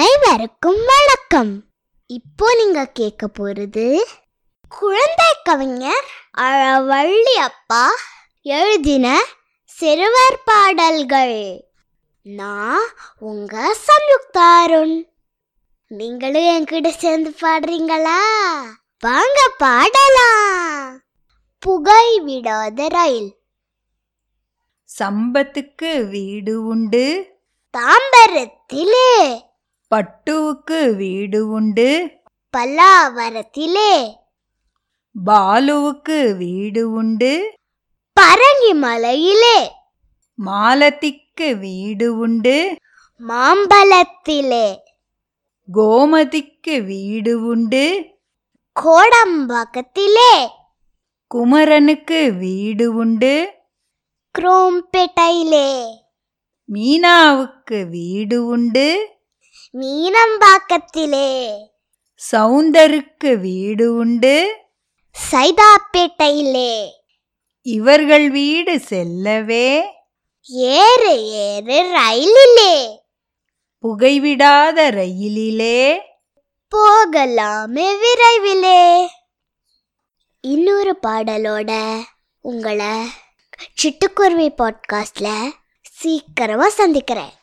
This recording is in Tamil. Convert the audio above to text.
அனைவருக்கும் வணக்கம் இப்போ நீங்க கேட்க போறது குழந்தை கவிஞர் அழவள்ளி அப்பா எழுதின சிறுவர் பாடல்கள் நான் உங்க சம்யுக்தா அருண் நீங்களும் என்கிட்ட சேர்ந்து பாடுறீங்களா வாங்க பாடலாம் புகை விடாத ரயில் சம்பத்துக்கு வீடு உண்டு தாம்பரத்திலே பட்டுவுக்கு வீடு உண்டு பல்லாவரத்திலே பாலுவுக்கு வீடு உண்டு பரங்கி மலையிலே மாலதிக்கு வீடு உண்டு மாம்பழத்திலே கோமதிக்கு வீடு உண்டு கோடம்பாக்கத்திலே குமரனுக்கு வீடு உண்டு குரோம்பேட்டையிலே மீனாவுக்கு வீடு உண்டு மீனம்பாக்கத்திலே சவுந்தருக்கு வீடு உண்டு சைதாப்பேட்டையிலே இவர்கள் வீடு செல்லவே ஏறு ஏறு ரயிலிலே புகைவிடாத ரயிலிலே போகலாமே விரைவிலே இன்னொரு பாடலோட உங்களை சிட்டுக்குருவி பாட்காஸ்ட்ல சீக்கிரமா சந்திக்கிறேன்